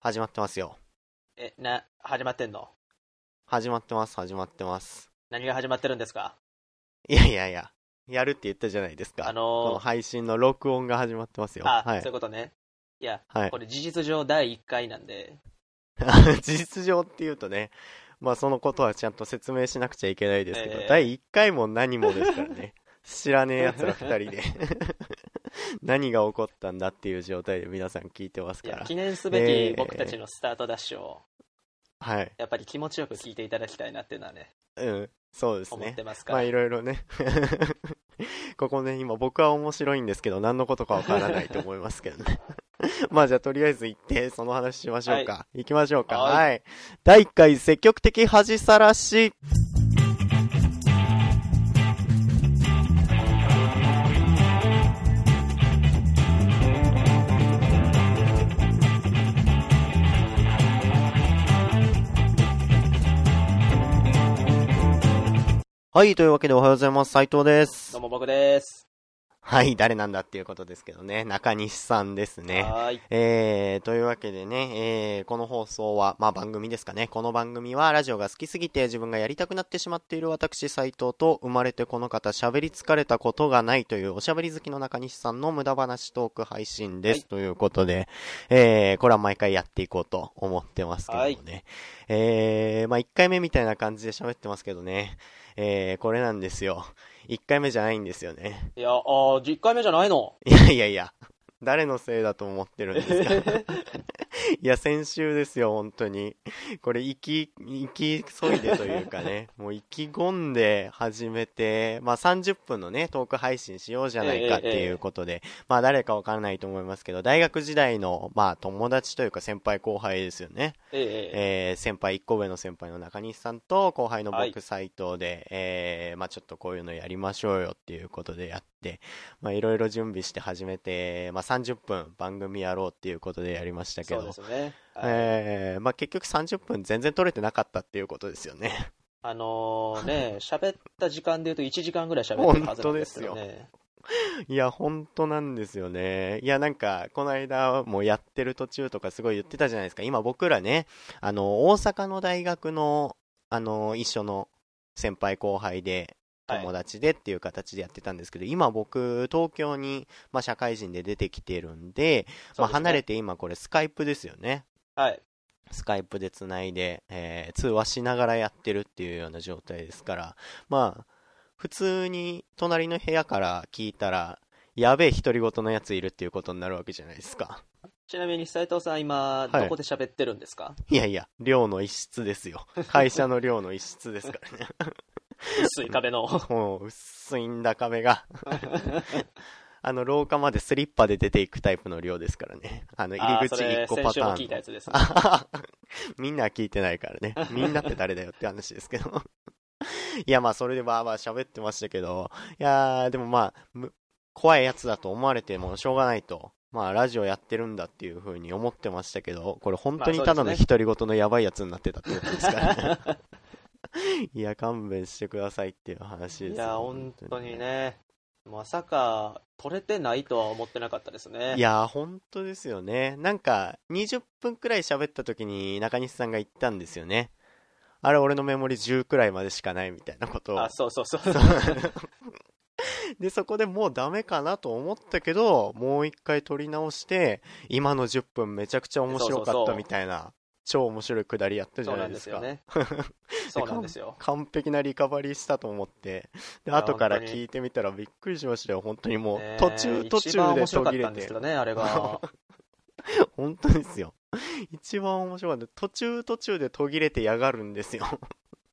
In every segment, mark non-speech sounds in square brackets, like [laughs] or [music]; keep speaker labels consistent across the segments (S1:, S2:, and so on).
S1: 始まってますよ。
S2: え、な、始まってんの
S1: 始まってます、始まってます。
S2: 何が始まってるんですか
S1: いやいやいや、やるって言ったじゃないですか。
S2: あ
S1: この
S2: のー、
S1: 配信の録音が始まってますよ。
S2: あ、
S1: はい
S2: そういう。ことね。いや、
S1: はい
S2: こ。れ事実上第1回なんで、
S1: [laughs] 事実上っていうとね、まあそのことはちゃんと説明しなくちゃいけないですけど、
S2: ええ
S1: 第1回も何もですから
S2: [laughs]
S1: ね。知らねえ奴ら2人で [laughs] 何が起こったんだっていう状態で皆さん聞いてます
S2: い
S1: か
S2: や
S1: ら、
S2: 記念す
S1: え
S2: べ
S1: ー
S2: き僕たちのスタートダッシュを、
S1: はい
S2: やっぱり気持ちよく聞いていただきたいなっていうのはね、
S1: うんそうです
S2: 思っ
S1: ね
S2: てますか
S1: ま
S2: ら。
S1: あいろいろね [laughs] ここね今僕は面白いんですけど何のことかわからないと思いますけどね [laughs] まあじゃあとりあえず行ってその話しましょうか、行きましょうか
S2: は
S1: はい第1回積極的恥さらしはいというわけでおはようございます斉藤です
S2: どうも僕です。
S1: はい、誰なんだっていうことですけどね。中西さんですね。
S2: はーい。
S1: えー、というわけでね、えー、この放送は、まあ番組ですかね。この番組はラジオが好きすぎて自分がやりたくなってしまっている私斉藤と生まれてこの方喋り疲れたことがないというおしゃべり好きの中西さんの無駄話トーク配信です。
S2: はい
S1: ということで、えー、これは毎回やっていこうと思ってますけどもね。えー、まあ1回目みたいな感じで喋ってますけどね。えー、これなんですよ。1回目じゃないんですよね。
S2: いや、あー、10回目じゃないの
S1: いやい [laughs] やいや、誰のせいだと思ってるんですか。いや、先週ですよ、本当に。これ、生き、生き急いでというかね、もう意気込んで始めて、まあ30分のね、トーク配信しようじゃないかっていうことで、まあ誰かわからないと思いますけど、大学時代の、まあ友達というか先輩後輩ですよね。
S2: ええええ
S1: えー先輩1個上の先輩の中西さんと後輩の
S2: はい
S1: 僕斎藤で、えーまあ、ちょっとこういうのやりましょうよっていうことでやってまあいろいろ準備して始めて、まあ、30分番組やろうっていうことでやりましたけ
S2: そう
S1: ど
S2: です、よね。はい
S1: えーまあ、結局30分全然取れてなかったっていうことですよね
S2: あのー、ね、喋った時間で言うと1時間ぐらい喋ってるはずなんですけどね。
S1: いや本当なんですよねいやなんかこの間もやってる途中とかすごい言ってたじゃないですか今僕らねあの大阪の大学のあの一緒の先輩後輩で
S2: はい
S1: 友達でっていう形でやってたんですけど、今僕、東京に、まあ、社会人で出てきてるんで、まあ、離れて今これスカイプですよね。
S2: はい。
S1: スカイプでつないで、えー通話しながらやってるっていうような状態ですから、まあ、普通に隣の部屋から聞いたら、やべえ独り言のやついるっていうことになるわけじゃないですか。
S2: ちなみに斉藤さん
S1: は
S2: 今、
S1: い
S2: どこで喋ってるんですか
S1: いやいや、寮の一室ですよ。会社の寮の一室ですからね。
S2: 薄い壁の。
S1: もう、薄いんだ壁が。あの、廊下までスリッパで出ていくタイプの量ですからね。あの、入り口1個パタ
S2: あーそれ先週も聞
S1: ー
S2: い
S1: ン
S2: た
S1: の。
S2: やつです、ね。
S1: あ [laughs] みんなは聞いてないからね。
S2: [laughs]
S1: みんなって誰だよって話ですけど。 [laughs] いや、まあ、それでばーばー喋ってましたけど、いやー、でもまあ、む怖いやつだと思われてもしょうがないと。まあ、ラジオやってるんだっていう風に思ってましたけど、これ本当にただ
S2: ま
S1: の
S2: あそうです
S1: 独り言のやばいやつになってたってことですからね。
S2: [laughs]
S1: いや、勘弁してくださいっていう話ですよ
S2: いや、本当にね。まさか、取れてないとは思ってなかったですね。
S1: いやー、本当ですよね。なんか、20分くらい喋った時に中西さんが言ったんですよね。あれ、俺のメモリ10くらいまでしかないみたいなことを
S2: あ、。そうそうそう。そう
S1: で、そこでもうダメかなと思ったけど、もう一回撮り直して、今の10分めちゃくちゃ面白
S2: そ
S1: か
S2: う
S1: った
S2: そうそう
S1: みたいな、超面白いくだりやったじゃ
S2: な
S1: なんい
S2: で
S1: ですす
S2: よ
S1: か。 [laughs]
S2: ね。そうなんですよ。
S1: 完璧なリカバリーしたと思って、で、
S2: いや
S1: 後から
S2: 本当に
S1: 聞いてみたらびっくりしましたよ。本当にもう、
S2: ね
S1: 途中途
S2: 一番
S1: 中で
S2: 面白
S1: 途
S2: かっ
S1: 切
S2: た
S1: れ
S2: んで
S1: て
S2: すけ。どね、あ
S1: [laughs]
S2: れが。
S1: 本当ですよ。一番面白かった。途中途中で途切れてやがるんですよ。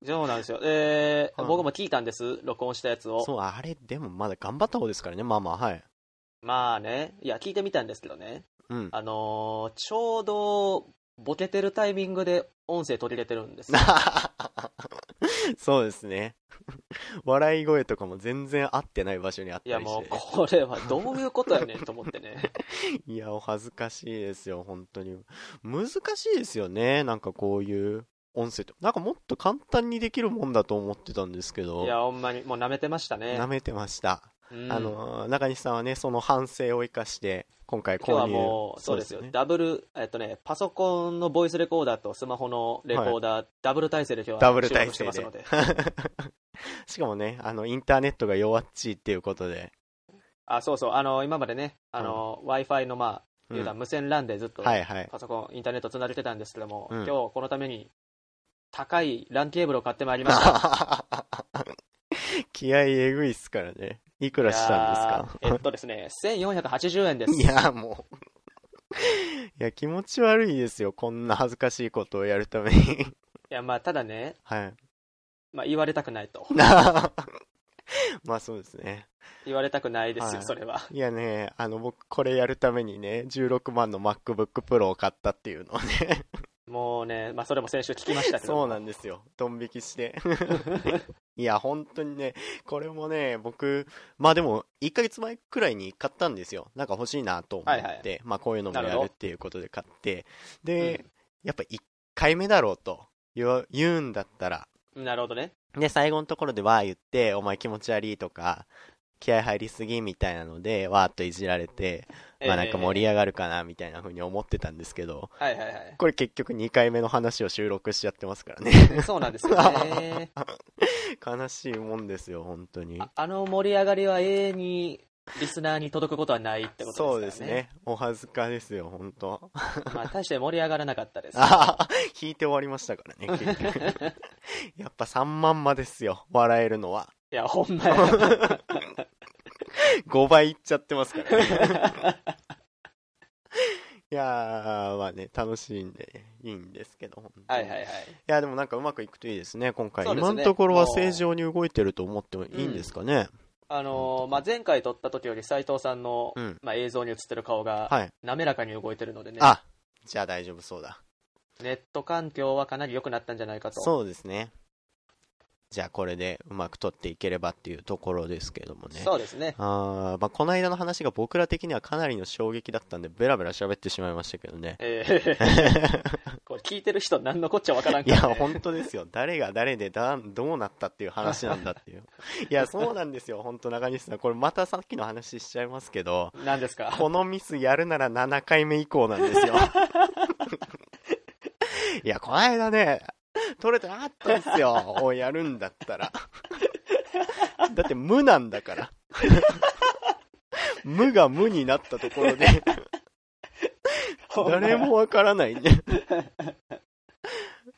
S2: そうなんですよ。えー
S1: はい
S2: 僕も聞いたんです、録音したやつを。
S1: そう、あれ、でもまだ頑張った方ですからね、まあまあ、はい。
S2: まあね、いや、聞いてみたんですけどね。
S1: うん。
S2: あのーちょうど、ボケてるタイミングで音声取り入れてるんで
S1: [laughs]
S2: すよ
S1: [laughs] そうですね。笑い声とかも全然合ってない場所にあっ
S2: い
S1: た
S2: や、
S1: りし
S2: も
S1: て。
S2: う、これはどういうことやねんと思ってね。
S1: [laughs] いや、お恥ずかしいですよ、本当に。難しいですよね、なんかこういう音声と。なんかもっと簡単にできるもんだと思ってたんですけ
S2: い
S1: ど、
S2: や、ほんまに、もう舐めてましたね
S1: 舐。めてました。
S2: うん
S1: あの中西さんはねその反省を生かして今回
S2: 今日
S1: 購
S2: は
S1: 入
S2: もう、そうですよ。ダブル、えっとね、パソコンのボイスレコーダーとスマホのレコーダー、ダブル体制で今日
S1: ダブ
S2: は
S1: ル
S2: 収
S1: 体
S2: 録して
S1: 制
S2: ます
S1: で
S2: ので。
S1: しかもねあのインターネットが弱っちいっていうことで、
S2: あ、そうそう、あの、今までね、あの、Wi-Fi の、まあ、
S1: うん
S2: 言うたら無線 LAN でずっと、
S1: はいはい [laughs]
S2: パソコン、インターネット繋げてたんですけども、
S1: うん
S2: 今日このために、高い LAN ケーブルを買ってまいりました。
S1: 気合えぐいっすからねいくらしたんですか
S2: いやーえっとで
S1: [laughs]
S2: すね、1480円です。
S1: いや、もう。いや、気持ち悪いですよ。こんな恥ずかしいことをやるために。 [laughs]
S2: いや、まあ、ただね、
S1: はい。 [laughs]
S2: まあ、言われたくないと。
S1: まあそうですね。
S2: 言われたくないですよ、
S1: はい
S2: それは。
S1: いやね、あの、僕、これやるためにね、16万の MacBook Pro を買ったっていうのをね。
S2: もうね、まあ、それも先週聞きましたけど。
S1: そうなんですよ。ドン引き
S2: [laughs]
S1: して。いや、本当にね、これもね、僕、まあでも、1ヶ月前くらいに買ったんですよ。なんか欲しいなと思って、
S2: はいはい
S1: まあこういうのも
S2: なる
S1: や
S2: ほど
S1: るっていうことで買って、で、
S2: う
S1: やっぱ1回目だろうと言わ言うんだったら、
S2: んなるほどね。
S1: で、最後のところでわー言って、お前気持ち悪いとか、気合入りすぎみたいなので、わーっといじられて、まあなんか盛り
S2: 上
S1: 上がるかなみたいな風に思ってたんですけど、
S2: がはいはいはい。
S1: これ結局2回目の話を収録しちゃってますからね。
S2: [laughs] そうなんですよね。
S1: 悲しいもんですよ、本当に。
S2: ああの盛り上がりは永遠にリスナーに届くことはないって
S1: そ
S2: こと
S1: う
S2: で
S1: ですす
S2: からね。
S1: ね。お恥ずかですよ、本当。 [laughs]
S2: まあ、大して盛り上がらなかったです。
S1: ああ、引いて終わりました
S2: [laughs]
S1: からね、結局 [laughs] やっぱ3万まですよ、笑えるのは。
S2: いや、ほんまや。
S1: 5倍いっちゃってます
S2: [laughs]
S1: からね。いやー、まあね、楽しいんで、いいんですけど。本当
S2: は
S1: に
S2: いはいは
S1: い
S2: い。
S1: や、でもなんかうまくいくといいですね、今回。
S2: そうですね
S1: 今のところは正常に動いてると思ってもいいんですかね。
S2: あのーまあ、前回撮った時より斉藤さんの、
S1: うん
S2: まあ、映像に映ってる顔が
S1: はい。
S2: 滑らかに動いてるのでね、
S1: あ、じゃあ大丈夫そうだ。
S2: ネット環境はかなり良くなったんじゃないかと。
S1: そうですね。じゃあこれでうまく取っていければっていうところですけどもね。
S2: そうですね。
S1: あーまあ、この間の話が僕ら的にはかなりの衝撃だったんで、ベラベラ喋ってしまいましたけど
S2: [laughs]
S1: ね。
S2: えーこれ聞いてる人何のこっちゃわからん
S1: い
S2: か
S1: や、
S2: ら、ね。
S1: 本当ですよ。誰が誰でだどうなったっていう話なんだっていう。いや、そうなんですよ。本当中西さん。これまたさっきの話しちゃいますけど、
S2: 何ですか
S1: このミスやるなら7回目以降なんです
S2: [laughs]
S1: よ。いや、この間ね、取れてなかったんですよ。おいやるんだったら。だって無なんだから。無が無になったところで、 [laughs] 誰もわからないね。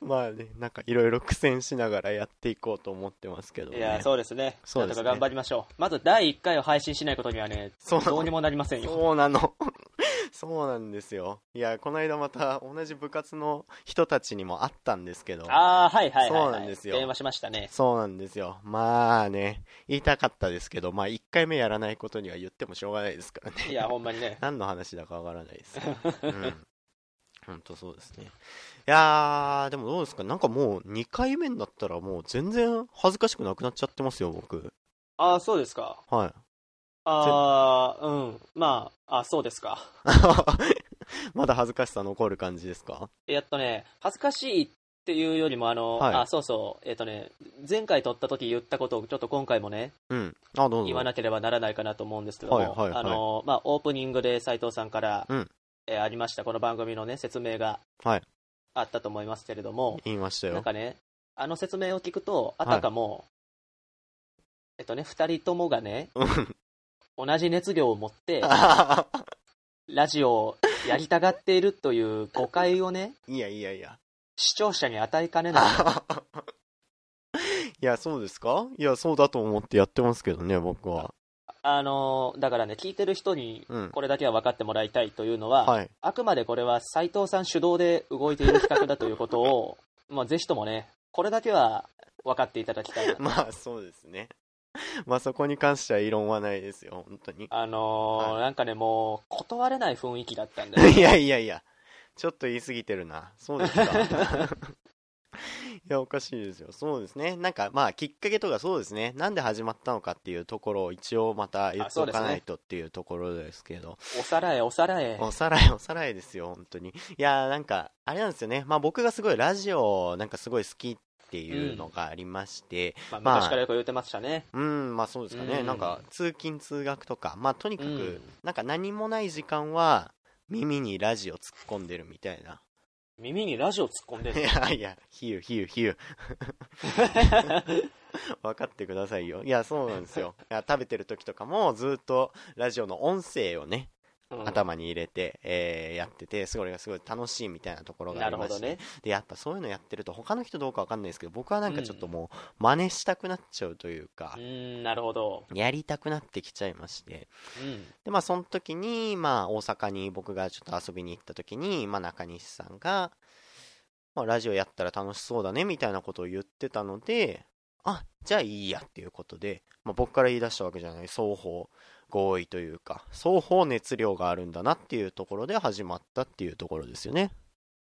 S1: まあね、なんかいろいろ苦戦しながらやっていこうと思ってますけどね。
S2: いや、そうですね。
S1: そうですね
S2: なんとか頑張りましょう。まず第1回を配信しないことにはね、
S1: そうなの
S2: どうにもなりませんよ。
S1: そうなの。 [laughs] そうなんですよ。いや、この間また同じ部活の人たちにも会ったんですけど。
S2: ああ、はいはいはい、はい。
S1: そうなんですよ
S2: 電話しまし
S1: [laughs]
S2: たね。
S1: そうなんですよ。まあね、言いたかったですけど、まあ1回目やらないことには言ってもしょうがないですからね。 [laughs]
S2: いや、ほんまにね。
S1: 何の話だかわからないです。うん。本当そうですね。いやー、でもどうですかなんかもう2回目になったらもう全然恥ずかしくなくなっちゃってますよ、僕。
S2: ああ、そうですか。
S1: はい。 [laughs]
S2: ああ、うん。まあ、あそうですか。
S1: まだ恥ずかしさ残る感じですか
S2: やっとね、恥ずかしいっていうよりも、あの、
S1: はい
S2: あそうそう、えっ、とね、前回撮った時言ったことをちょっと今回もね、
S1: うん。あ、どうぞ。
S2: 言わなければならないかなと思うんですけども、
S1: はいはいはい
S2: あの、まあ、オープニングで斉藤さんから、
S1: うん
S2: えーありました、この番組のね、説明が
S1: はい
S2: あったと思いますけれども、
S1: 言いました
S2: な
S1: よ
S2: ん。かね、あの説明を聞くと、あたかも、えっとね、二人ともがね、
S1: うん
S2: 同じ熱量を持って、ラジオをやりたがっているという誤解
S1: [laughs]
S2: をね、
S1: いやいやいや。
S2: 視聴者に与えかねな
S1: い
S2: い。
S1: や、そうですかいや、そうだと思ってやってますけどね、僕は。
S2: あのーだからね、聞いてる人に
S1: うん。
S2: これだけは分かってもらいたいというのは、
S1: はい。
S2: あくまでこれは斉藤さん主導で動いている企画だということを、まあ、ぜひともね、これだけは分かっていただき
S1: [laughs]
S2: たいな。
S1: まあ、そうですね。まあ、そこに関しては異論はないですよ、本当に。
S2: あのー
S1: は
S2: なんかね、もう、断れない雰囲気だったんで、
S1: いやいやいや、ちょっと言い過ぎてるな。そうですか。いや、おかしいですよ。そうですね。なんか、まあ、きっかけとかそうですね。なんで始まったのかっていうところを一応また言っておかないとっていうところですけど。
S2: おさらえ、おさらえ。
S1: おさらいお [laughs] さらいですよ、本当に。いやー、なんか、あれなんですよね。まあ僕がすごいラジオ、なんかすごい好きってっていうのがありまして、
S2: まあ、
S1: まあ
S2: 昔からよく言ってましたね。
S1: うん、まあそうですかね、
S2: うん
S1: なんか通勤通学とか、まあとにかく、
S2: うん
S1: なんか何もない時間は、耳にラジオ突っ込んでるみたいな。 [laughs]
S2: 耳にラジオ突っ込んで
S1: い
S2: る。
S1: やいや、ヒューヒューヒュー。 [laughs] 分かってくださいよ。いや、そうなんですよ。いや食べてる時とかも、ずっとラジオの音声をね、
S2: うん
S1: [laughs] 頭に入れて、えーやってて、すごい、すごい楽しいみたいなところがあり
S2: なる
S1: ま
S2: ほ
S1: し
S2: ど
S1: て、
S2: ね。
S1: で、やっぱそういうのやってると、他の人どうかわかんないですけど、僕はなんかちょっともう、真似したくなっちゃうというか
S2: う、ん、なるほど。
S1: やりたくなってきちゃいまして、
S2: うん。
S1: で、まあ、その時に、まあ、大阪に僕がちょっと遊びに行った時に、まあ、中西さんが、まあ、ラジオやったら楽しそうだね、みたいなことを言ってたので、あ、じゃあいいや、っていうことで、まあ、僕から言い出したわけじゃない、双方合意というか、双方熱量があるんだなっていうところで始まったっていうところですよね。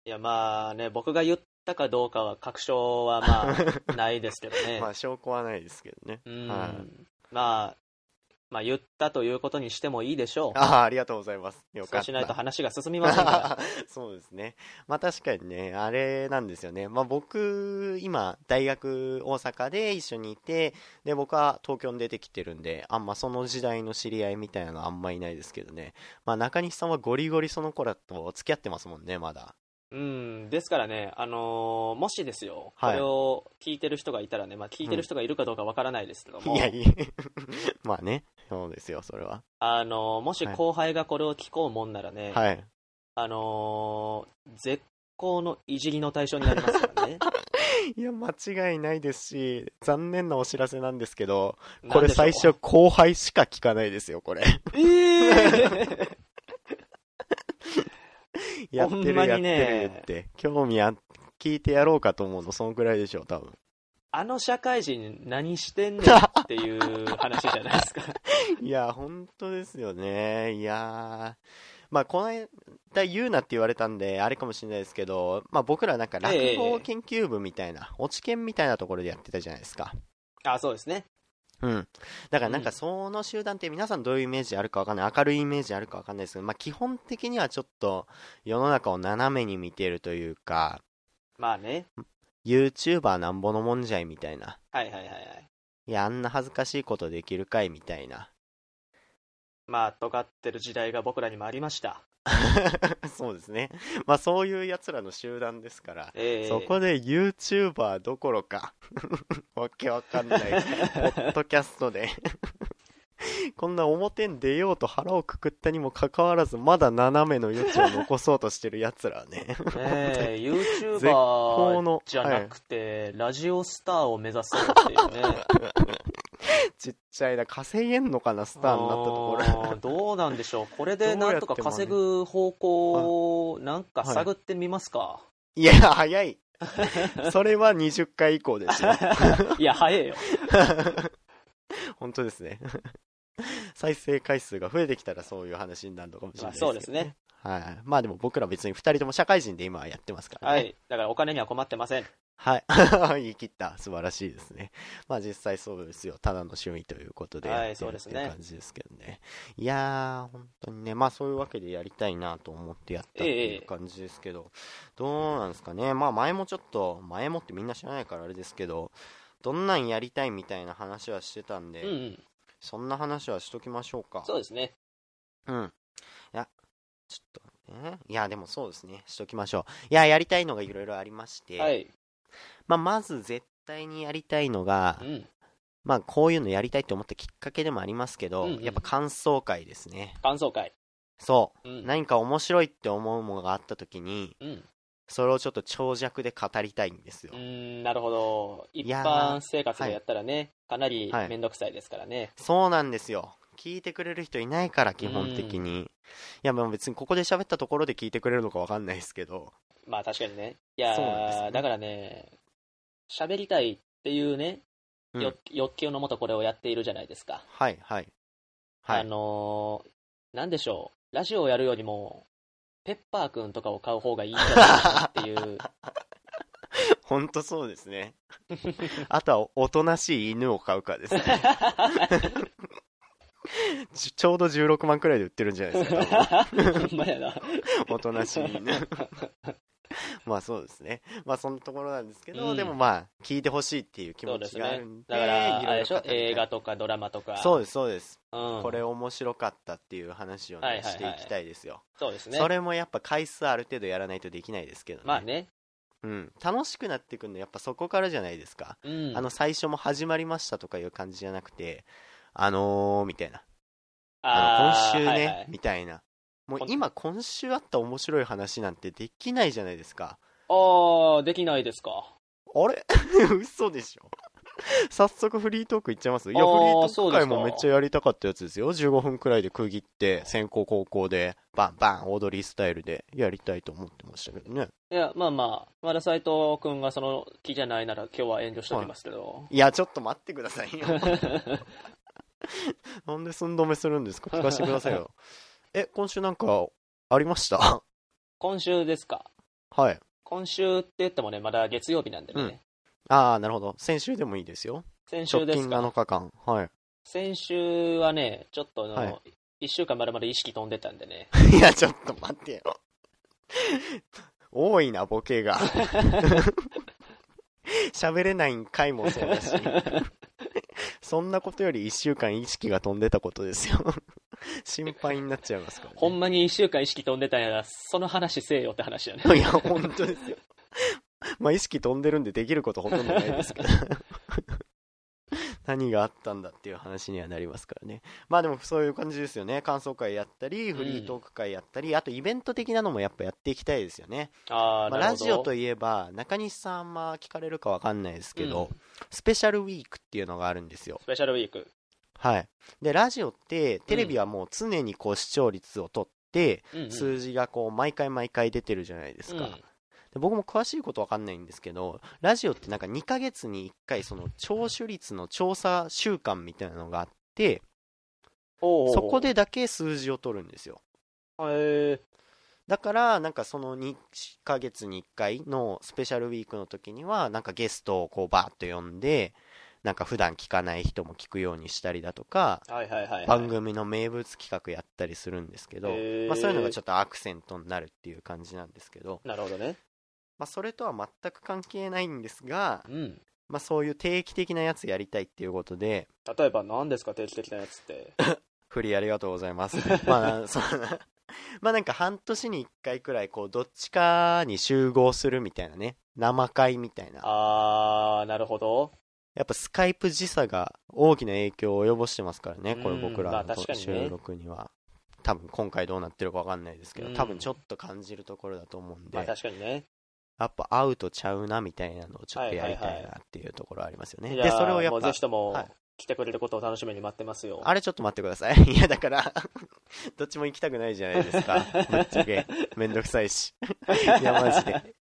S2: いや、まあね、僕が言ったかどうかは確証はま
S1: [laughs]
S2: あ、ないですけどね。
S1: まあ、証拠はないですけどね。
S2: うん
S1: はい
S2: まあ、まあ、言ったということにしてもいいでしょう。
S1: ああ、ありがとうございます。よか
S2: そう
S1: った。
S2: しないと話が進みませ
S1: [laughs]
S2: んか
S1: そうですね。まあ確かにね、あれなんですよね。まあ僕、今、大学大阪で一緒にいて、で、僕は東京に出てきてるんで、あんまその時代の知り合いみたいなのあんまいないですけどね。まあ中西さんはゴリゴリその子らと付き合ってますもんね、まだ。
S2: ら。うん、ですからね、あのーもしですよ、
S1: はい
S2: これを聞いてる人がいたらね、まあ、聞いてる人がいるかどうかわから [laughs] ないですけど
S1: い
S2: も、
S1: やいや、 [laughs] まあね、そうですよ、それは。
S2: あのーもし
S1: はい
S2: 後輩がこれを聞こうもんならね、
S1: はい。
S2: あのー絶好のいじりの対象になりますから
S1: [laughs]
S2: ね。
S1: いや、間違いないですし、残念なお知らせなんですけど、
S2: な
S1: こ
S2: ん
S1: れ
S2: でしょう
S1: 最初。後輩しか聞かないですよ、これ。
S2: えー
S1: やって
S2: ほん
S1: る
S2: ま
S1: やって
S2: にね
S1: るって興味あっ聞いてやろうかと思うのそのくらいでしょう多
S2: [laughs]
S1: 分
S2: あの社会人何してんねんっていう話じゃないですか。
S1: いや本当ですよねいやーまあこの間言うなって言われたんであれかもしれないですけどまあ僕らなんか落語研究部みたいな、落ち研みたいなところでやってたじゃないですか
S2: [laughs] あ、そうですね。
S1: うん、だからなん
S2: う
S1: か
S2: ん
S1: その集団って皆さんどういうイメージあるかわかんない明るいイメージあるかわかんないですけど、まあ、基本的にはちょっと世の中を斜めに見てるというか
S2: まあね。
S1: YouTuber なんぼのもんじゃいみたいな
S2: はいはいはいはい。
S1: いや、あんな恥ずかしいことできるかいみたいな。 [laughs]
S2: まあ、尖ってる時代が僕らにもありました。
S1: そうですね。まあそういう奴らの集団ですから、
S2: ええ
S1: そこで YouTuber どころか、 [laughs] わけわかんない、ポッドキャストで。 [laughs] こんな表に出ようと腹をくくったにもかかわらず、まだ斜めの余地を残そうとしてる奴らはね。
S2: ねえ、
S1: 絶好
S2: YouTuber
S1: の、
S2: じゃ
S1: は
S2: ないくて、ラジオスターを目指そうっていうね。 [laughs]
S1: ちっちゃいな、稼げんのかな、スターになったところ。
S2: あーどうなんでしょう。これでなんとか稼ぐ方向をなんか探ってみますか。
S1: いや、早い。それは20回以降ですよ。
S2: いや、早えよ。
S1: [laughs] 本当ですね再生回数が増えてきたらそういう話になるのかもしれ
S2: ま
S1: ないですけど、
S2: あ、そうですね。
S1: はいまあでも僕ら別に2人とも社会人で今はやってますから
S2: [laughs] は
S1: ね
S2: い。だからお金には困ってません。
S1: はい、言い切 [laughs] った素晴らしいですねまあ実際そうですよただの趣味ということで
S2: は
S1: や
S2: い
S1: って
S2: そ
S1: る
S2: うで
S1: っ
S2: す
S1: て
S2: ね
S1: いう感じですけどねいやー本当にねまあそういうわけでやりたいなと思ってやったって
S2: え
S1: い
S2: え
S1: う感じですけど、どうなんですかねまあ前もちょっと前もってみんな知らないからあれですけどどんなんやりたいみたいな話はしてたんで、
S2: うんうん。
S1: そんな話はしときましょうか
S2: そうですね。
S1: うん。いや、ちょっとね。いや、でもそうですね。しときましょう。いや、やりたいのがいろいろありまして。
S2: はい。
S1: まあ、まず絶対にやりたいのが
S2: う、ん。
S1: まあ、こういうのやりたいと思ったきっかけでもありますけど、
S2: うんうん
S1: やっぱ感想会ですね。
S2: 感想会。
S1: そうう。
S2: ん。
S1: 何か面白いって思うものがあった時に、
S2: うん。
S1: それをちょっと長尺で語りたいんですよ
S2: う。ーんなるほど一
S1: いやー
S2: 般生活でやったらね、かなり
S1: はい
S2: 面倒くさいですからね、
S1: そうなんですよ。聞いてくれる人いないから、基本的に。いや、まあ別にここで喋ったところで聞いてくれるのかわかんないですけど。
S2: まあ確かにねいや
S1: そうなんです
S2: ー
S1: よね
S2: だからね喋りたいっていうね、
S1: うん
S2: 欲欲求のもとこれをやっているじゃないですか、
S1: はい、はい。は
S2: あ
S1: い。
S2: のーなんでしょうラジオをやるよりもペッパーくんとかを買う方がいいんじゃないかなっていう
S1: [laughs] ほんとそうです
S2: [laughs]
S1: ね。あとは、おとなしい犬を飼うかですね。
S2: [laughs]
S1: ちちょうど16万くらいで売ってるんじゃないですか。
S2: ほんまやな
S1: おとなしい犬。 [laughs] まあそうですね。まあそのところなんですけど、
S2: うん
S1: でもまあ、聞いてほしいっていう気
S2: そ
S1: 持
S2: うで
S1: ち
S2: す
S1: があ
S2: ね
S1: るんで、
S2: だからあれでし
S1: いろいろ語
S2: ょ
S1: りたい
S2: 映画とかドラマとか
S1: そう
S2: う、
S1: です、そうです。
S2: ん、
S1: これ面白かったっていう話をね、
S2: はいはいはい
S1: していきたいですよ。
S2: そうですね
S1: それもやっぱ回数ある程度やらないとできないですけどね。
S2: まあね
S1: うん。楽しくなってくるのやっぱそこからじゃないですか。
S2: うん
S1: あの、最初も始まりましたとかいう感じじゃなくて、あのー、みたいな。あ
S2: あー
S1: の今週ね、
S2: はいはい
S1: みたいな。もう
S2: こん
S1: 今今週あった面白い話なんてできないじゃないですか。
S2: ああできないですか
S1: あれ [laughs] 嘘でしょ早速フリートークいっちゃいますいや、フ
S2: あ
S1: リ
S2: ー
S1: ートー
S2: そ
S1: ク
S2: うで
S1: 会
S2: すか
S1: もめっちゃやりたかったやつですよ。15分くらいで区切って、先行後攻で、バンバン、オードリースタイルでやりたいと思ってましたけどね。
S2: いやまあまあまだ斎藤君がその気じゃないなら今日は遠慮しておきますけど、
S1: いや、ちょっと待ってくださいよ。なんで寸止めするんです
S2: [laughs]
S1: か聞かせてくださいよ。え、今週なんか、ありました
S2: [laughs] 今週ですか
S1: はい。
S2: 今週って言ってもねまだ月曜日なんでね、
S1: うんあー、なるほど。先週でもいいですよ。
S2: 先週
S1: 直
S2: です
S1: 近
S2: か
S1: 7日間。はい。 [laughs]
S2: 先週はねちょっとあの、
S1: はい
S2: 1週間まるまる意識飛んでたん
S1: [laughs]
S2: でね
S1: いや、ちょっと待ってよ。 [laughs] 多いな、ボケが。 [laughs] 喋れないんかいもそうだし。そんなことより1週間意識が飛んでたことですよ。 [laughs] 心配になっちゃいますから、ね。
S2: ほんまに1週間意識飛んでたんやらその話せえよって話やね
S1: いや、本当ですよ。まあ、意識飛んでるんでできることほとんどないですけど。何があったんだっていう話にはなりますからね。まあでもそういう感じですよね。感想会やったり、フリートーク会やったり、あとイベント的なのもやっぱやっていきたいですよね。
S2: [laughs] ああ、
S1: まあ、
S2: な
S1: ラ
S2: るほ
S1: ジ
S2: ど
S1: オといえば、中西さんあんま聞かれるかわかんないですけど、
S2: う
S1: スペシャルウィークっていうのがあるんですよ。
S2: スペシャルウィーク、
S1: はい。で、ラジオって、テレビはもう常にこう視聴率を取って、
S2: うんうん
S1: 数字がこう毎回毎回出てるじゃないですか。
S2: うん
S1: で僕も詳しいことわかんないんですけどラジオってなんか2ヶ月に1回その聴取率の調査週間みたいなのがあって
S2: おうおうおう
S1: そこでだけ数字を取るんですよ
S2: へえ
S1: だからなんかその2ヶ月に1回のスペシャルウィークの時にはなんかゲストをこうバーッと呼んでなんか普段聞かない人も聞くようにしたりだとか
S2: はいはいはいはい、
S1: 番組の名物企画やったりするんですけど、
S2: へー
S1: まあ、そういうのがちょっとアクセントになるっていう感じなんですけど、
S2: なるほどね
S1: まあ、それとは全く関係ないんですが
S2: うん
S1: まあ、そういう定期的なやつやりたいっていうことで、
S2: 例えば何ですか定期的なやつって
S1: [laughs] フリーありがとうござい
S2: [laughs]
S1: ます。まあ、そうまあなんか半年に1回くらい、こう、どっちかに集合するみたいなね。生会みたいな。
S2: ああなるほど
S1: やっぱスカイプ時差が大きな影響を及ぼしてますからね、これ
S2: うん
S1: 僕
S2: ま
S1: ら
S2: あ
S1: の
S2: 確かにね
S1: 収録には。多分今回どうなってるかわかんないですけ
S2: う
S1: ど、
S2: ん
S1: 多分ちょっと感じるところだと思うんで、
S2: まあ確かにね
S1: やっぱ会うとちゃうなみたいなのをちょっとやりた
S2: はい
S1: い
S2: はい
S1: なっていうところありますよね。
S2: いや
S1: で、それをやっ
S2: もうぜ
S1: ぱ
S2: ひと
S1: はい
S2: も来てくれることを楽しみに待ってますよ、
S1: あれちょっと待ってください。 [laughs] いや、だから、どっちも行きたくないじゃないです
S2: [laughs]
S1: か。ぶっちゃけ。めんどくさいし。 [laughs] いや、マジで。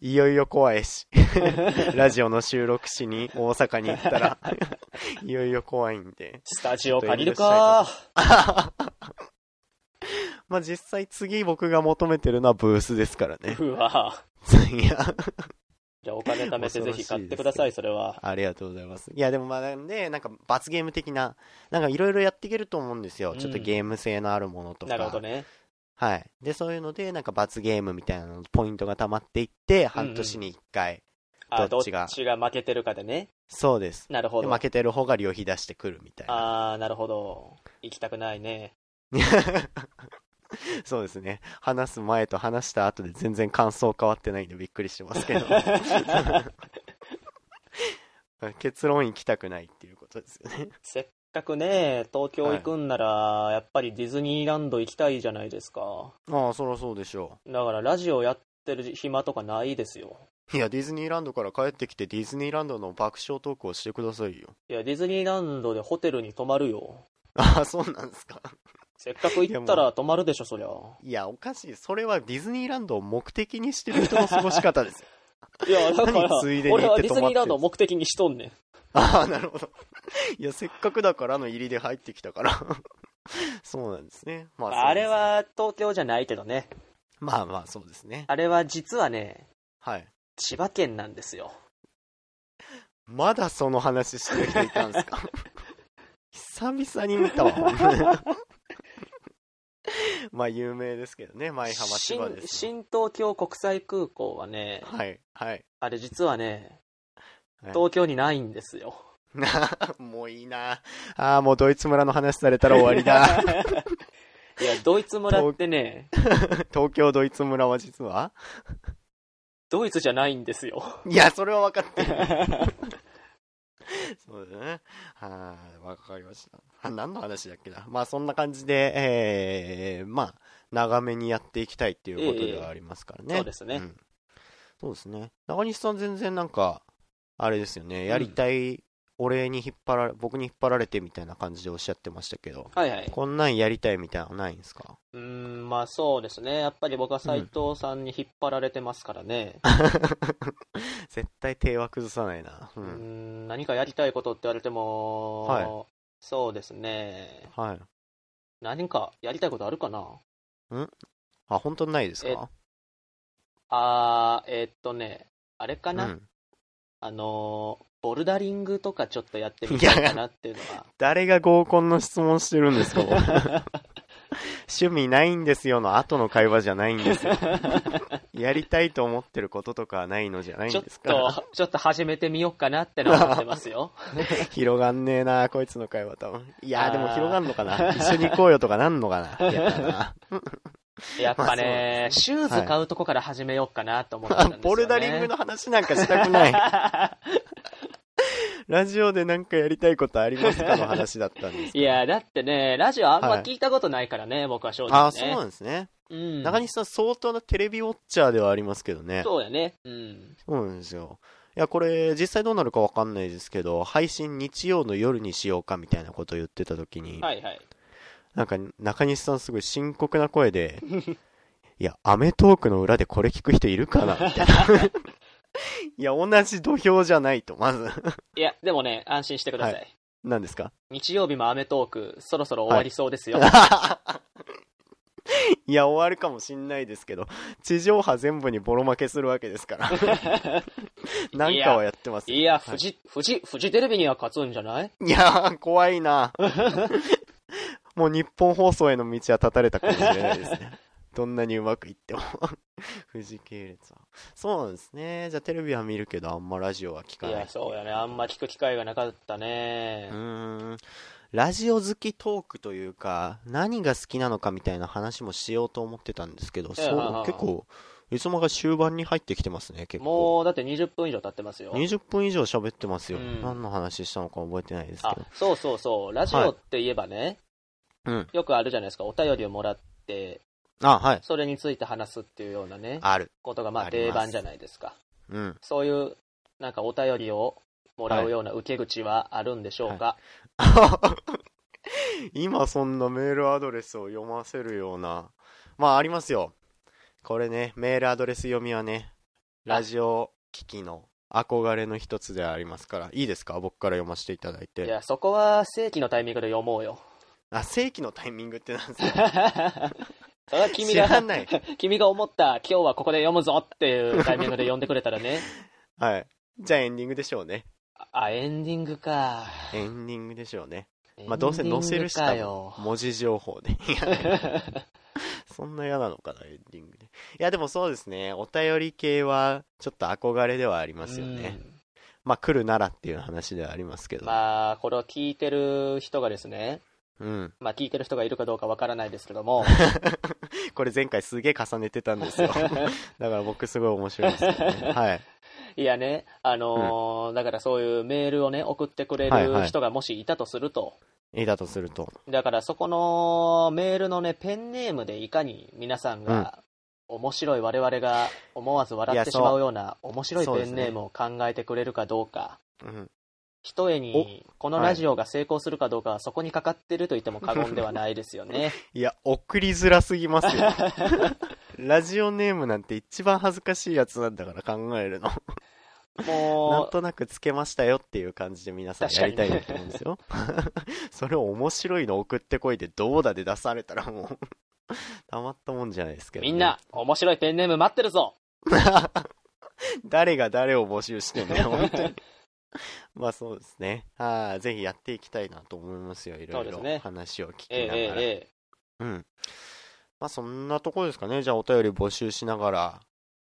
S1: いよいよ怖いし。 [laughs] ラジオの収録しに大阪に行ったら、 [laughs] いよいよ怖いんで。 [laughs]
S2: スタジオ借りるか
S1: まあ、実際次僕が求めてるのはブースですから
S2: [laughs]
S1: ね。
S2: うわ
S1: いや、
S2: じゃあお金貯めてぜひ買ってください、それは。
S1: ありがとうございます。いや、でもまあ、なんで、なんか罰ゲーム的な、なんかいろいろやっていけると思うんですよ。ちょっとゲーム性のあるものとか。
S2: なるほどね。
S1: はい。で、そういうので、なんか罰ゲームみたいなの、ポイントが溜まっていって、
S2: うんうん
S1: 半年に1回。
S2: あ
S1: ど
S2: ど
S1: っ
S2: っ
S1: ち
S2: ち
S1: が
S2: が負けてるかでね。
S1: そうです。
S2: なるほ
S1: で、
S2: ど。
S1: 負けてる方が旅費出してくるみたいな。
S2: ああ、なるほど。行きたくないね。
S1: [laughs] そうですね。話す前と話した後で全然感想変わってないんでびっくりしてますけど。 [laughs] 結論行きたくないっていうことですよね。
S2: せっかくね、東京行くんなら、やっぱりディズニーランド行きたいじゃないですか。
S1: ああ、そらそうでしょ
S2: だからラジオやってる暇とかないですよ。
S1: う。いや、ディズニーランドから帰ってきてディズニーランドの爆笑トークをしてくださいよ。
S2: いや、ディズニーランドでホテルに泊まるよ。
S1: ああ、そうなんですか。
S2: せっかく行った
S1: いや
S2: ら泊まるでしょ、そりゃ。
S1: いや、おかしい。それはディズニーランドを目的にしてる人の過ごし方ですよ
S2: いや、だから
S1: 何ついで、に行って泊まってんす
S2: 俺はディズニーランドを目的にしとんねん。
S1: [laughs] ああ、なるほど。いや、せっかくだからの入りで入ってきたから。 [laughs] そうなんですね。まあ、
S2: あれ
S1: そうですね。
S2: は東京じゃないけどね。
S1: まあまあ、そうですね。
S2: あれは実はね、
S1: はい。
S2: 千葉県なんですよ。
S1: まだその話してる人 [laughs] いたんですか久々に見たわ。 [laughs] まあ有名ですけどね舞浜千葉
S2: 新
S1: ですよ
S2: 新東京国際空港はね、
S1: はいはい [laughs]
S2: あれ実はね、
S1: はい
S2: 東京にないんですよ。
S1: もういいなあーもうドイツ村の話されたら終わり [laughs] だ
S2: [laughs] いや、ドイツ村ってね、
S1: 東京ドイツ村は実は
S2: ドイツじゃないんで
S1: [laughs]
S2: すよ。
S1: いやそれは分かってるそうだねはいわかりました [laughs] あ何の話だっけなまあそんな感じでえー、まあ長めにやっていきたいっていうことではありますからね、
S2: そうですね。
S1: うんそうですね。中西さん全然なんか、あれですよね、やりたい、俺に引っ張られ、僕に引っ張られてみたいな感じでおっしゃってましたけど、
S2: はいはい。
S1: こんなんやりたいみたいなのないんですか [laughs]
S2: うーん、まあそうですね。やっぱり僕は斎藤さんに引っ張られてますからね。
S1: 絶対手は崩さないな。う
S2: うー
S1: ん。
S2: ん、何かやりたいことって言われても、
S1: はい
S2: そうですね。
S1: はい。
S2: 何かやりたいことあるかな
S1: あ、本当にないです
S2: え
S1: か
S2: あー、えーっとね、あれか
S1: う
S2: な、
S1: ん。
S2: あのー、ボルダリングとかちょっとやってみたいかなっていうのは。
S1: 誰が合コンの質問してるん
S2: [laughs]
S1: ですか趣味ないんですよの後の会話じゃないんです
S2: [laughs]
S1: よ。やりたいと思ってることとかはないのじゃ [laughs] ないん
S2: ちょっ
S1: ですか
S2: と、ちょっと始めてみようかなってのは思ってますよ。
S1: [laughs] 広がんねえな、こいつの会話多分。いや
S2: あ
S1: ー、
S2: ー
S1: でも広がんのかな。一緒に行こうよとかなんのか
S2: [laughs]
S1: な。やだな。
S2: やっぱね、シューズ買うとこから始めようかなと思ってたんです
S1: [laughs]
S2: よ、ね。
S1: ボルダリングの話なんかしたくない。ラジオでなんかやりたいことありますかの話だったんですけ
S2: い
S1: ど。
S2: や、だってね、ラジオあんま
S1: はい
S2: 聞いたことないからね、僕は正直ね。
S1: あー、そうなんですね。
S2: うん。
S1: 中西さん、相当なテレビウォッチャーではありますけどね。
S2: そうやね。うん。
S1: そうなんですよ。いや、これ、実際どうなるかわかんないですけど、配信日曜の夜にしようかみたいなことを言ってた時に、
S2: はいはい。
S1: なんか中西さんすごい深刻な声で、 [laughs] いや、アメトークの裏でこれ聞く人いるかなみたいな。いや、同じ土俵じゃないと、まず。
S2: いや、でもね、安心してください。
S1: は何ですか [laughs]
S2: 日曜日もアメトーク、そろそろ終わりそうですよ。
S1: いや、終わるかもしんないですけど、地上波全部にボロ負けするわけですから。
S2: [laughs]
S1: なんかはやってますよ
S2: い、や、
S1: はい
S2: フジ、フジ、フジテレビには勝つんじゃない
S1: いやー、怖いな。もう日本放送への道は断たれたかもしれないですね。どんなにうまくいっても。 [laughs] 富士系列は。そうなんですね。じゃあテレビは見るけど、あんまラジオは聞
S2: い
S1: かない。
S2: や、そうやね。あんま聞く機会がなかったね
S1: う。ーん。ラジオ好きトークというか、何が好きなのかみたいな話もしようと思ってたんですけど、そ
S2: あ
S1: う
S2: あ
S1: 結構、いつもが終盤に入ってきてますね、結構。
S2: もう、だって20分以上経ってますよ。
S1: 20分以上喋ってますよ。
S2: うん
S1: 何の話したのか覚えてないですけ
S2: あ
S1: ど。、
S2: そうそうそう。ラジオって言えばね、
S1: うん。
S2: よくあるじゃないですか。お便りをもらって、
S1: あ、はい。
S2: それについて話すっていうようなね、
S1: ある。
S2: ことがまあ
S1: あります
S2: 定番じゃないですか。
S1: うん。
S2: そういう、なんかお便りをもらうような受け口はあるんでしょうか、
S1: [laughs] 今そんなメールアドレスを読ませるような。まあありますよ。これね、メールアドレス読みはね、ラジオ機器の憧れの一つでありますから、いいですか僕から読ませていただい
S2: い、
S1: て。
S2: や、そこは正規のタイミングで読も
S1: [laughs]
S2: うよ。
S1: あ、正規のタイミングってなんですか
S2: それは [laughs] 君
S1: 知
S2: が
S1: ら、ない。
S2: 君が思った今日はここで読むぞっていうタイミングで読んでくれたらね。
S1: はい。じゃあエンディングでしょうね。
S2: あ、エンディングか。
S1: エンディングでしょうね。まあどうせ載せるし
S2: エン
S1: か
S2: ディングかよ。
S1: 文字情報で。いや
S2: [laughs]
S1: そんな嫌なのかな、エンディングで。いやでもそうですね、お便り系はちょっと憧れではありますよね。
S2: うん
S1: まあ、来るならっていう話ではありますけど。
S2: まあ、これを聞いてる人がですね、
S1: うん。
S2: まあ聞いてる人がいるかどうかわからないですけ
S1: [laughs]
S2: ども、
S1: これ前回すげえ重ねてたん
S2: [laughs]
S1: ですよ。だから僕すごい面白いですよね。はい。
S2: いやね、あのーだからそういうメールをね、送ってくれ
S1: はいは
S2: る
S1: い
S2: 人がもしいたとすると、
S1: いいだとすると。
S2: だからそこのメールのね、ペンネームでいかに皆さんが、面白い我々が思わず笑ってしまうような面白い
S1: そう
S2: ペ
S1: です
S2: ン
S1: ね
S2: ネームを考えてくれるかどうか、
S1: うん。
S2: ひとえにこのラジオが成功するかどうかはそこにかかってると言っても過言ではないですよね。
S1: いや、送りづらすぎます
S2: [laughs]
S1: よ。ラジオネームなんて一番恥ずかしいやつなんだから考えるの。なん
S2: もう、
S1: となくつけましたよっていう感じで皆さんやりたいなと思うんですよ。 [laughs] それを面白いの送ってこいでどうだで出されたらもう、たまったもんじゃないですけど、
S2: みんな、面白いペンネーム待ってるぞ
S1: [laughs] 誰が誰を募集してん
S2: [laughs]
S1: のよ、本当に。まあそうですね。はいぜひやっていきたいなと思いますよ、いろい
S2: そうです
S1: ろ
S2: ね
S1: 話を聞き
S2: ええ
S1: ながら。
S2: ええええ
S1: うん。まあそんなとこですかね。じゃあお便り募集しながら、
S2: は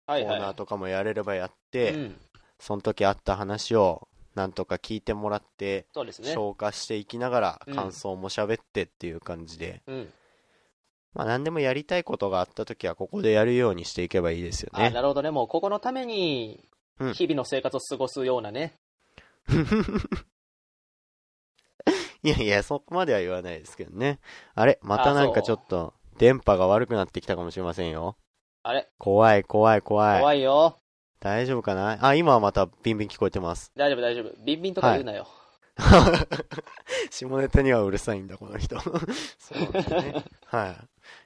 S1: コ
S2: い
S1: ー
S2: はい。
S1: ナーとかもやれればやっ
S2: う
S1: て、
S2: ん、
S1: その時あった話をなんとか聞いてもらって、
S2: そうですね。
S1: 消化していきながら
S2: うん
S1: 感想も喋ってっていう感じで、
S2: うん。
S1: まあ何でもやりたいことがあった時はここでやるようにしていけばいいですよ
S2: あ、
S1: ね。
S2: なるほどね。もう、ここのために
S1: うん、
S2: 日々の生活を過ごすようなね。
S1: [laughs] いやいや、そこまでは言わないですけどね。あれまたなんかちょっと電波が悪くなってきたかもしれませんよ。
S2: あれ
S1: 怖い怖い怖い。
S2: 怖いよ。
S1: 大丈夫かなあ、今はまたビンビン聞こえてます。 [laughs]
S2: 大丈夫、大丈夫。ビンビンとか言うなよ。
S1: 下ネタにはうるさいんだ、この人。 [laughs] そうなんです
S2: [laughs]
S1: ね。は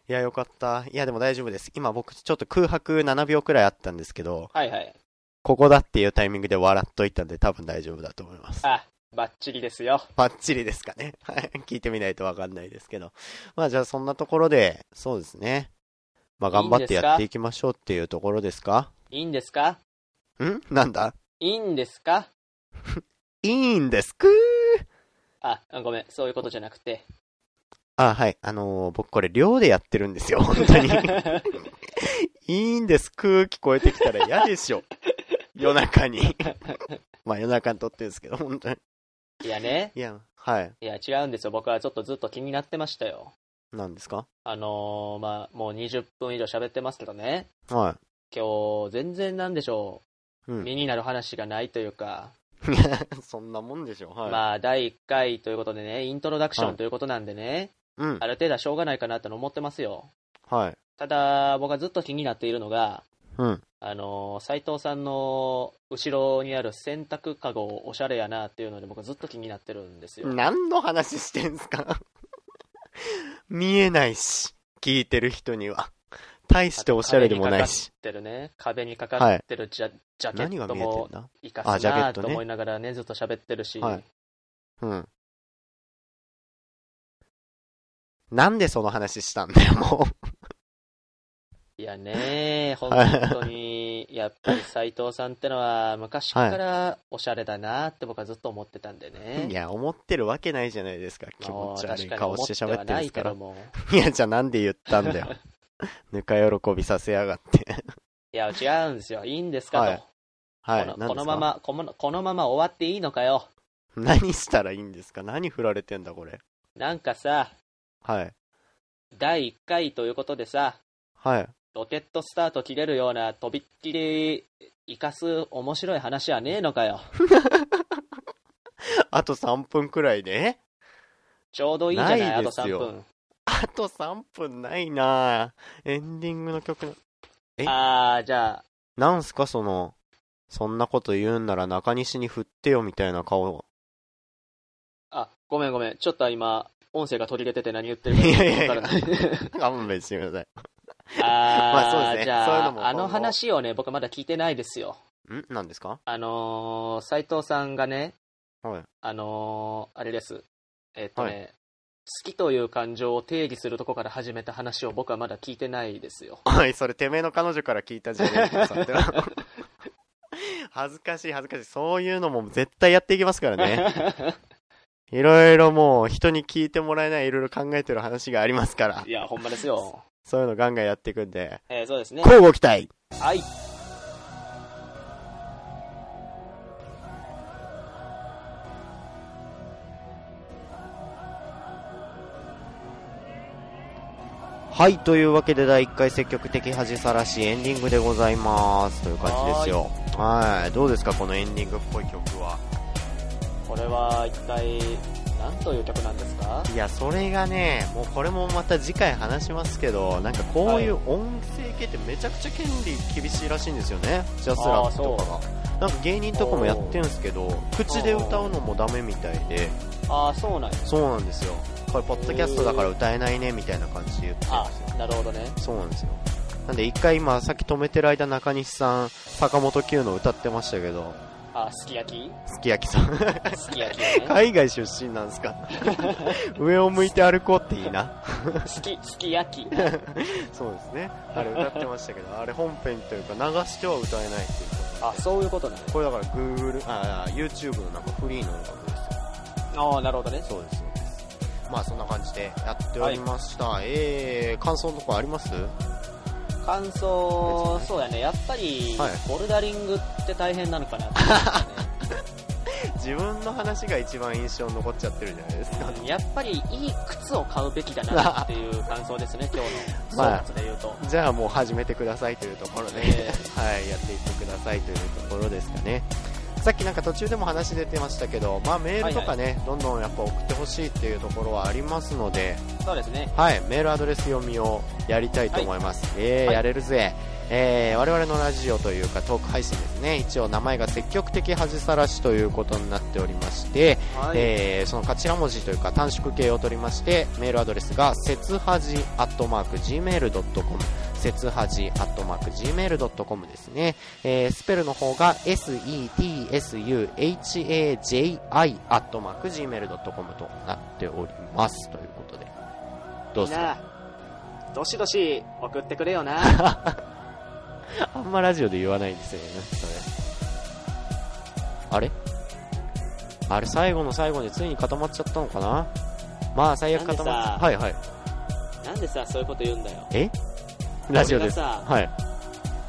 S1: い。いや、よかった。いや、でも大丈夫です。今僕ちょっと空白7秒くらいあったんですけど、
S2: はいはい。
S1: ここだっていうタイミングで笑っといたんで多分大丈夫だと思います。
S2: あ、バッチリですよ。
S1: バッチリですかね。 [laughs] はい。聞いてみないとわかんないですけど。まあじゃあそんなところで、そうですね。まあ頑張ってやっていきましょうっていうところですか
S2: いいんですか
S1: んなんだ
S2: いいんですか
S1: いいんですくー
S2: あ、ごめん、そういうことじゃなくて。
S1: あ、はい。あのー僕これ寮でやってるん
S2: [laughs]
S1: ですよ。本当に。いいんですくー聞こえてきたら嫌で
S2: [laughs]
S1: しょ。夜中に。まあ夜中に撮ってるんですけど、本当に。
S2: いやね、
S1: いや、はい。
S2: いや違うんですよ。僕はちょっとずっと気になってましたよ。
S1: なんですか
S2: あのー、まあ、もう20分以上喋ってますけどね。
S1: は
S2: 今日、全然なんでしょ
S1: い。う
S2: う。
S1: ん。
S2: 身になる話がないというか、
S1: [laughs] そんなもんでしょ。はい。
S2: まあ、第1回ということでね、イントロダクションということなんでね、
S1: うん。
S2: ある程度はしょうがないかなっての思ってますよ。
S1: はい。
S2: ただ、僕はずっと気になっているのが、
S1: うん。
S2: あのー、斉藤さんの後ろにある洗濯かご、おしゃれやなっていうので、僕はずっと気になってるんですよ。
S1: 何の話してんすか見えないし、聞いてる人には。大しておしゃれでもないし。
S2: 壁にかかってるね。壁にかかってるジャ,、ジャケ
S1: 何が
S2: ット
S1: 見えて
S2: も
S1: んだ
S2: 生か
S1: あ
S2: す
S1: ジャケ
S2: な
S1: ッ
S2: あ
S1: ト
S2: と
S1: ね
S2: 思いながらね、ずっと喋ってるし、
S1: はいうん。なんでその話したんだよ、も
S2: い、やね、本当に、やっぱり斎藤さんってのは、昔からおしゃれだなって僕はずっと思ってたんでね。
S1: う。 [laughs] いや、思ってるわけないじゃないですか。気持
S2: もう
S1: ち悪い
S2: 確かに
S1: 顔して喋ってるんですから。
S2: 思ってはないけども
S1: いや、じゃあなんで言ったんだ
S2: [laughs]
S1: よ。ぬか喜びさせやがって。
S2: いや、違うんですよ。いいんですかと。
S1: はいはい。
S2: こ
S1: 何ですか
S2: のこのま。まこの、このまま終わっていいのかよ。
S1: 何したらいいんですか何振られてんだ、これ。
S2: なんかさ、
S1: はい。
S2: 第1回ということでさ、
S1: はい。
S2: ロケットスタート切れるような、とびっきり生かす面白い話はねえのかよ。
S1: あと3分くらいで
S2: ちょうどいいじゃない、
S1: ない
S2: あ
S1: で
S2: と
S1: す
S2: 3
S1: よ
S2: 分。
S1: あと3分ないなぁエンディングの曲の、え
S2: あー、じゃあ、
S1: なんすかその、そんなこと言うんなら中西に振ってよみたいな顔。
S2: あ、ごめんごめん。ちょっと今、音声が途切れてて何言ってるかよくわか
S1: [laughs]
S2: らない。
S1: 勘弁してください。まあそう
S2: あ
S1: ですね
S2: ー、じ
S1: そういう
S2: ゃ
S1: のも今後
S2: あ、あの話をね、僕まだ聞いてないですよ。
S1: ん何ですか
S2: あのー、斎藤さんがね、
S1: はい。
S2: あのー、あれです。えっとね、好きという感情を定義するとこから始めた話を僕はまだ聞いてないですよ。
S1: はい、それてめえの彼女から聞いたんじゃねえか、それは恥ずかしい恥ずかしい。そういうのも絶対やっていきますからね。
S2: [laughs]
S1: いろいろもう人に聞いてもらえないいろいろ考えてる話がありますから
S2: い。や、ほんまですよ。
S1: そういうのガンガンやっていくんで。
S2: えー、そうですね。
S1: 交互期待
S2: はい。
S1: はい、というわけで第1回積極的恥さらしエンディングでございます。という感じですよ。はい。どうですか、このエンディングっぽい曲は。
S2: これは一体、何という曲なんですか
S1: いや、それがね、もうこれもまた次回話しますけど、なんかこういう音声系ってめちゃくちゃ権利厳しいらしいんですよね。ジャスラップとかが。なんか芸人とかもやってるんですけど、口で歌うのもダメみたいで、
S2: ああ、そうなんや。
S1: そうなんですよ。これ、ポッドキャストだから歌えないね、みたいな感じで言って
S2: あ
S1: ますよ。
S2: なるほどね。
S1: そうなんですよ。なんで一回今、さっき止めてる間中西さん、坂本九の歌ってましたけど、
S2: あ、すき焼き
S1: すき焼きさん、
S2: すき焼
S1: [laughs]
S2: きやね。
S1: 海外出身なんです [laughs] か上を向いて歩こうっていいな。
S2: すき、すき焼き。
S1: そうですね。あれ歌ってましたけど、あれ本編というか流しては歌えないっていうこと。
S2: あ、そういうことなんや。
S1: これだから Google、あ、あ YouTube のなんかフリーの音楽ですよ。
S2: ああ、なるほどね。
S1: そうです、そうです。まあそんな感じでやっておりました、えー、感想のとこあります
S2: 感想、
S1: 別にね
S2: そうやね、やっぱり、
S1: はい
S2: ボルダリングって大変なのかなって
S1: [laughs] 自分の話が一番印象に残っちゃってるじゃないですか
S2: 思ってねうんやっぱりいい靴を買うべきだなっていう感想ですね、今日の
S1: まあ
S2: 総括で言うと。
S1: じゃあもう始めてくださいというところで、
S2: え
S1: [laughs] はい、やっていってくださいというところですかね。さっきなんか途中でも話出てましたけど、まあメールとかね、どんどんやっぱ送ってほしいっていうところはありますので、
S2: そうですね。
S1: はい、メールアドレス読みをやりたいと思います。えー
S2: はい
S1: やれるぜ。えー我々のラジオというかトーク配信ですね、一応名前が積極的恥さらしということになっておりまして、
S2: はい。
S1: えーその頭文字というか短縮形を取りましてメールアドレスがせつはじ gmail.com せつはじ gmail.com ですね、えースペルの方が setsuhaji gmail.com となっておりますということでどう
S2: みん
S1: すか
S2: な、どしどし送ってくれよな。
S1: あんまラジオで言わないんですよねそれあれあれ最後の最後についに固まっちゃったのかなまあ最悪固ま
S2: な
S1: っ
S2: ん
S1: た
S2: でさ
S1: はいはい
S2: なんでさ、そういうこと言うんだよ。
S1: えラジオです。
S2: 俺がさ
S1: はい。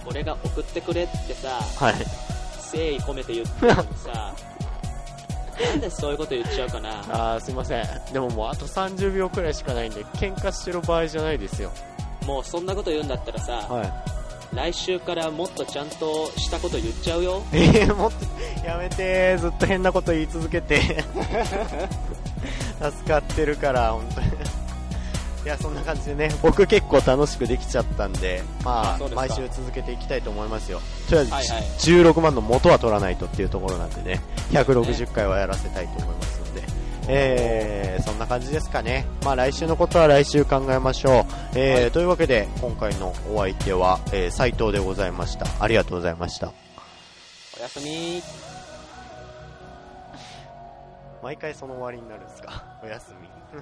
S2: 俺が送ってくれってさ、
S1: はい。
S2: 誠意込めて言ってるのにさ、なんでそういうこと言っちゃうかな。
S1: あー、すいません。でももうあと30秒くらいしかないんで、喧嘩してる場合じゃないですよ。
S2: もうそんなこと言うんだったらさ、
S1: は
S2: 来週からもっとちゃんとしたこと言っちゃうよ。
S1: い。えー、もっと、やめてーずっと変なこと言い続けて。
S2: [laughs]
S1: 助かってるから、本当に。いや、そんな感じでね、僕結構楽しくできちゃったんで、ま
S2: あ
S1: あ
S2: そう、です
S1: 毎
S2: か
S1: 週続けていきたいと思いますよ。とりあえず、
S2: はいはい
S1: 16万の元は取らないとっていうところなんでね、160回はやらせたいと思いますので、えー、そんな感じですかね。まあ来週のことは来週考えましょう。えーというわけで、今回のお相手は、えー、斉藤でございました。ありがとうございました。
S2: おやすみ。
S1: [laughs] 毎回その終わりになるんですかおやすみ。